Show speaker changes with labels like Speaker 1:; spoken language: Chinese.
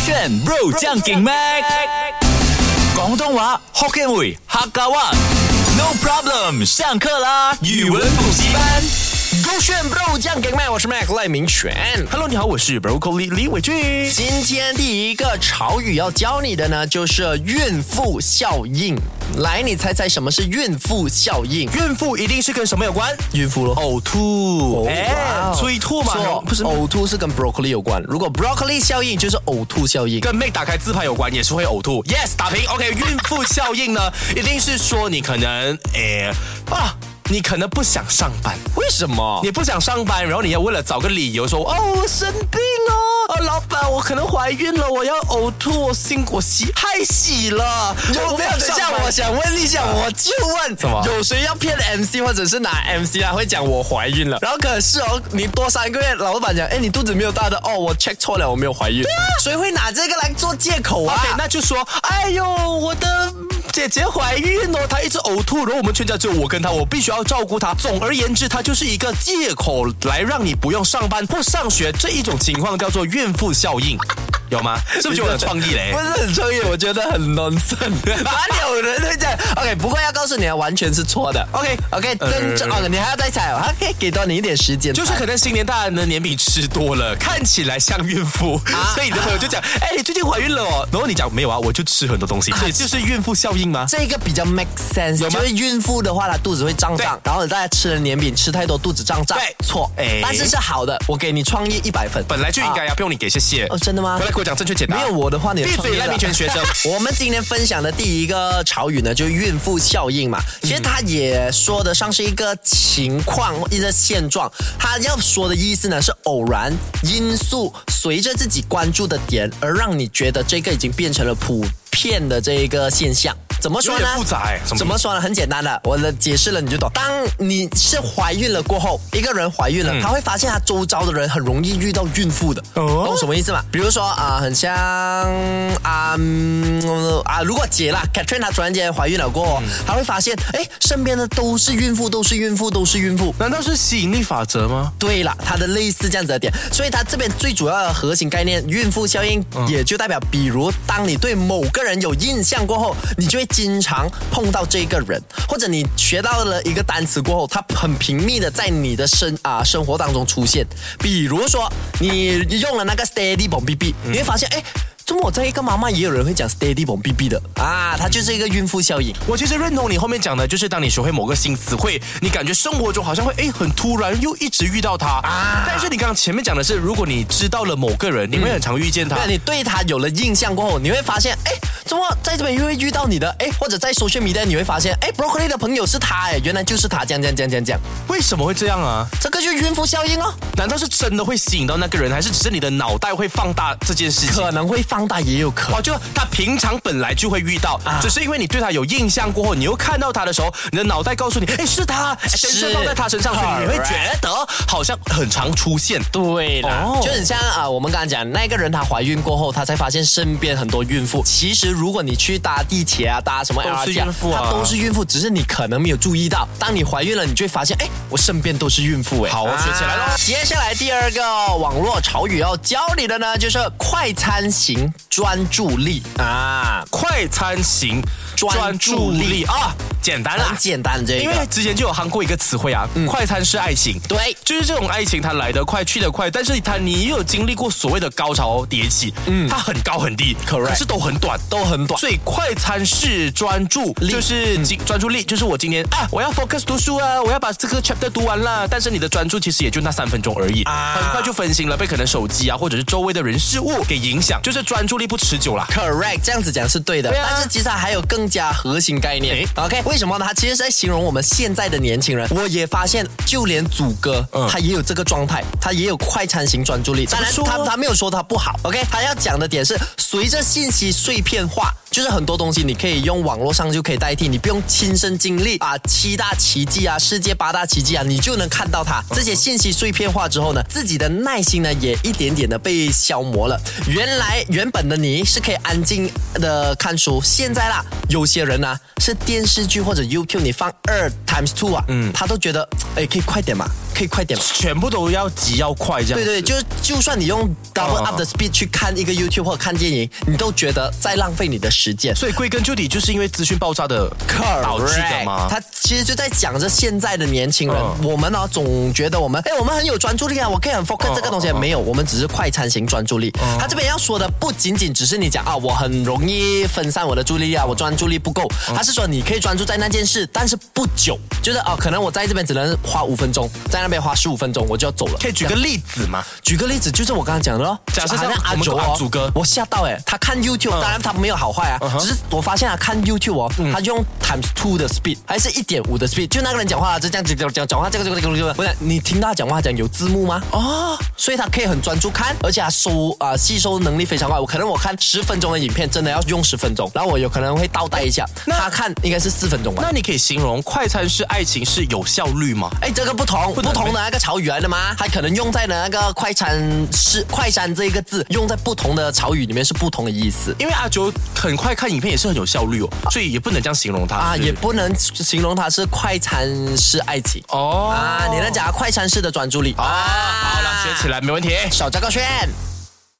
Speaker 1: 选 bro 将劲 mac，广东话 Hokkien 语客家话。No problem，上课啦！语文补习班。
Speaker 2: 勾选 bro 酱给麦，我是 Mac 赖明全。
Speaker 1: Hello，你好，我是 Broccoli 李伟俊。
Speaker 2: 今天第一个潮语要教你的呢，就是孕妇效应。来，你猜猜什么是孕妇效应？
Speaker 1: 孕妇一定是跟什么有关？
Speaker 2: 孕妇咯，
Speaker 1: 呕吐，哎，催吐嘛，
Speaker 2: 错，
Speaker 1: 不是
Speaker 2: 呕吐是跟 broccoli 有关。如果 broccoli 效应就是呕吐效应。
Speaker 1: 跟 Mac 打开自拍有关，也是会呕吐。Yes，打平。OK，孕妇效应呢，一定是说你可能，哎，啊，你可能不想上班。
Speaker 2: 哎为什么？
Speaker 1: 你不想上班，然后你要为了找个理由说哦，我生病哦，哦，老板，我可能怀孕了，我要呕吐，我心我喜害喜了，
Speaker 2: 有
Speaker 1: 不
Speaker 2: 没有？
Speaker 1: 想
Speaker 2: 等一
Speaker 1: 上
Speaker 2: 下，
Speaker 1: 班
Speaker 2: 我想问一下，我就问，
Speaker 1: 什么
Speaker 2: 有谁要骗 MC 或者是拿 MC 啊？会讲我怀孕了，然后可是哦，你多三个月，老板讲，哎，你肚子没有大的哦，我 check 错了，我没有怀孕。谁会拿这个来做借口啊
Speaker 1: OK，那就说，哎呦，我的姐姐怀孕哦，她一直呕吐，然后我们全家只有我跟她，我必须要照顾她。总而言之，她就是一个借口来让你不用上班或上学，这一种情况叫做孕妇效应，有吗？是不是觉得我有创意嘞
Speaker 2: 不？是很创意，我觉得很 nonsense。哪里有人会这样？OK，不过要告诉你啊，完全是错的。
Speaker 1: OK
Speaker 2: OK，
Speaker 1: 呃
Speaker 2: 真正、哦，你还要再猜哦，还可以给多你一点时间。
Speaker 1: 就是可能新年大人的年饼吃多了，看起来像孕妇，
Speaker 2: 啊
Speaker 1: 所以你的朋友就讲，哎、你最近怀孕了哦。然后你讲没有啊，我就吃很多东西，所以就是孕妇效应吗？
Speaker 2: 这个比较 make sense，
Speaker 1: 有吗
Speaker 2: 就是孕妇的话，她肚子会胀胀，然后大家吃了年饼吃太多，肚子胀胀。
Speaker 1: 对
Speaker 2: 错，
Speaker 1: 哎
Speaker 2: 但是是好的，我给你创意一百分。啊
Speaker 1: 本来就应该呀、啊不用你给，谢谢。
Speaker 2: 哦，真的吗
Speaker 1: 回？来给我讲正确解答。
Speaker 2: 没有我的话，你有
Speaker 1: 闭
Speaker 2: 创意
Speaker 1: 嘴，
Speaker 2: 了
Speaker 1: 赖明全学 生。
Speaker 2: 我们今天分享的第一个潮语呢，就是孕妇效应嘛。其实它也说得上是一个情况，一个现状。它要说的意思呢，是偶然因素随着自己关注的点，而让你觉得这个已经变成了普遍的这一个现象。怎么说
Speaker 1: 有
Speaker 2: 呢？
Speaker 1: 点复杂哎什么意思
Speaker 2: 怎么说呢？很简单的，我的解释了你就懂。当你是怀孕了过后，一个人怀孕了，他会发现他周遭的人很容易遇到孕妇的，
Speaker 1: 哦
Speaker 2: 懂什么意思吗？比如说啊、很像啊、嗯啊，如果姐啦，Catherine 她突然间怀孕了过后，她会发现，哎，身边的都是孕妇，都是孕妇，都是孕妇。
Speaker 1: 难道是吸引力法则吗？
Speaker 2: 对了，它的类似这样子的点，所以它这边最主要的核心概念，孕妇效应，也就代表，比如当你对某个人有印象过后，你就会经常碰到这个人，或者你学到了一个单词过后，它很频密的在你的生啊、生活当中出现。比如说，你用了那个 steady bomb b b，你会发现，哎。怎么我在一个妈妈也有人会讲 steady bomb b b 的啊？它就是一个孕妇效应。
Speaker 1: 我其实认同你后面讲的，就是当你学会某个新词汇，你感觉生活中好像会哎很突然，又一直遇到它。
Speaker 2: 啊
Speaker 1: 但是你刚刚前面讲的是，如果你知道了某个人，你会很常遇见他。
Speaker 2: 对，你对他有了印象过后，你会发现，哎，怎么在这边又会遇到你的？哎，或者在 social media 你会发现，哎，broccoli 的朋友是他，哎，原来就是他，这样这样这样这样这样，
Speaker 1: 为什么会这样啊？
Speaker 2: 这个就是孕妇效应哦，
Speaker 1: 难道是真的会吸引到那个人，还是只是你的脑袋会放大这件事情？
Speaker 2: 可能会放大，也有可能。
Speaker 1: 哦，就他平常本来就会遇到，
Speaker 2: 啊
Speaker 1: 只是因为你对他有印象过后，你又看到他的时候，你的脑袋告诉你，哎，是他，是放在他身上，所以你会
Speaker 2: Correct
Speaker 1: 觉得好像很常出现。
Speaker 2: 对
Speaker 1: 啦
Speaker 2: 就很像啊、我们刚刚讲那个人，她怀孕过后，她才发现身边很多孕妇。其实如果你去搭地铁啊，搭什么
Speaker 1: 都是
Speaker 2: LRT
Speaker 1: 孕妇啊
Speaker 2: 她都是孕妇，只是你可能没有注意到。当你怀孕了，你就会发现，哎，我身边都是孕妇，哎，
Speaker 1: 好我学起来咯
Speaker 2: 接下来第二个网络潮语要教你的呢，就是快餐型专注力啊，
Speaker 1: 快餐型
Speaker 2: 专注力
Speaker 1: 啊，简单啦
Speaker 2: 嗯很。简单嗯这
Speaker 1: 因为
Speaker 2: 个，
Speaker 1: 之前就有夯过一个词汇啊，快餐式爱情。
Speaker 2: 对
Speaker 1: 就是这种爱情，它来得快，去得快，但是它你也有经历过所谓的高潮迭起，嗯，它很高很低
Speaker 2: Correct
Speaker 1: 可是都很短，都很短。所以快餐式专注就是
Speaker 2: 嗯
Speaker 1: 精专注力，就是我今天啊，我要 focus 读书啊，我要把这个 chapter 读完啦。但是你的专注其实也就那三分钟而已，
Speaker 2: 啊
Speaker 1: 很快就分心了，被可能手机啊或者是周围的人事物给影响，就是专注力不持久啦。
Speaker 2: Correct，这样子讲是对的，
Speaker 1: 啊对啊
Speaker 2: 但是其实它还有更加核心概念。
Speaker 1: 诶
Speaker 2: OK，为什么呢？它其实是在形容我们现在的年轻人。我也发现，就连祖哥、
Speaker 1: 嗯
Speaker 2: 他也有这个状态，他也有快餐型专注力。当然，
Speaker 1: 说
Speaker 2: 他他没有说他不好。OK，他要讲的点是，随着信息碎片化，就是很多东西你可以用网络上就可以代替，你不用亲身经历啊七大奇迹啊、世界八大奇迹啊，你就能看到它。这些信息碎片化之后呢，自己的耐心呢也一点点的被消磨了。原来原本的你是可以安静的看书，现在啦，有些人呢、是电视剧或者 YouTube 你放二 times two 啊，嗯，他都觉得哎可以快点嘛，可以快点吗？
Speaker 1: 全部都要急要快这样
Speaker 2: 对
Speaker 1: 子。
Speaker 2: 对，就是就算你用 double
Speaker 1: 啊
Speaker 2: up 的 speed 去看一个 YouTube 或者看电影，你都觉得在浪费你的时间。
Speaker 1: 所以归根究底，就是因为资讯爆炸的导致的嘛。
Speaker 2: 他其实就在讲着现在的年轻人，
Speaker 1: 嗯
Speaker 2: 我们呢、总觉得我们，哎，我们很有专注力啊，我可以很 focus 这个东西，没有，我们只是快餐型专注力。他这边要说的不仅仅只是你讲啊，我很容易分散我的注意力啊，我专注力不够，他是说你可以专注在那件事，但是不久，就是哦、可能我在这边只能花五分钟，在那边花十五分钟，我就要走了。
Speaker 1: 可以举个例子嘛？
Speaker 2: 举个例子，就是我刚刚讲的咯。
Speaker 1: 假设像
Speaker 2: 好像阿
Speaker 1: 我们
Speaker 2: 卓、哦、
Speaker 1: 阿祖哥嗯
Speaker 2: 我吓到哎、他看 YouTube，、当然他没有好坏啊只是我发现他看 YouTube 哦，他用 times two 的 speed 还是一点五的 speed，就那个人讲话就这样子讲讲讲话，这个这个这个
Speaker 1: 嗯
Speaker 2: 这个，不是你听到他讲话他讲有字幕吗？哦，所以他可以很专注看，而且他收啊、吸收能力非常快。我可能我看十分钟的影片，真的要用十分钟，然后我有可能会倒带一下，
Speaker 1: 那
Speaker 2: 他看应该是四分钟吧。
Speaker 1: 那你可以形容快餐式爱情是有效率吗？
Speaker 2: 哎，这个不同，不
Speaker 1: 能
Speaker 2: 同的那个潮语来的吗？它可能用在那个快餐是快餐这一个字，用在不同的潮语里面是不同的意思
Speaker 1: 因为阿九很快看影片也是很有效率哦，所以也不能这样形容他
Speaker 2: 啊，
Speaker 1: 是不是
Speaker 2: 也不能形容它是快餐式爱情啊
Speaker 1: 哦
Speaker 2: 啊，你能讲它快餐式的专注力
Speaker 1: 啊，好了，学起
Speaker 2: 来，
Speaker 1: 来没问题。
Speaker 2: 小张高炫。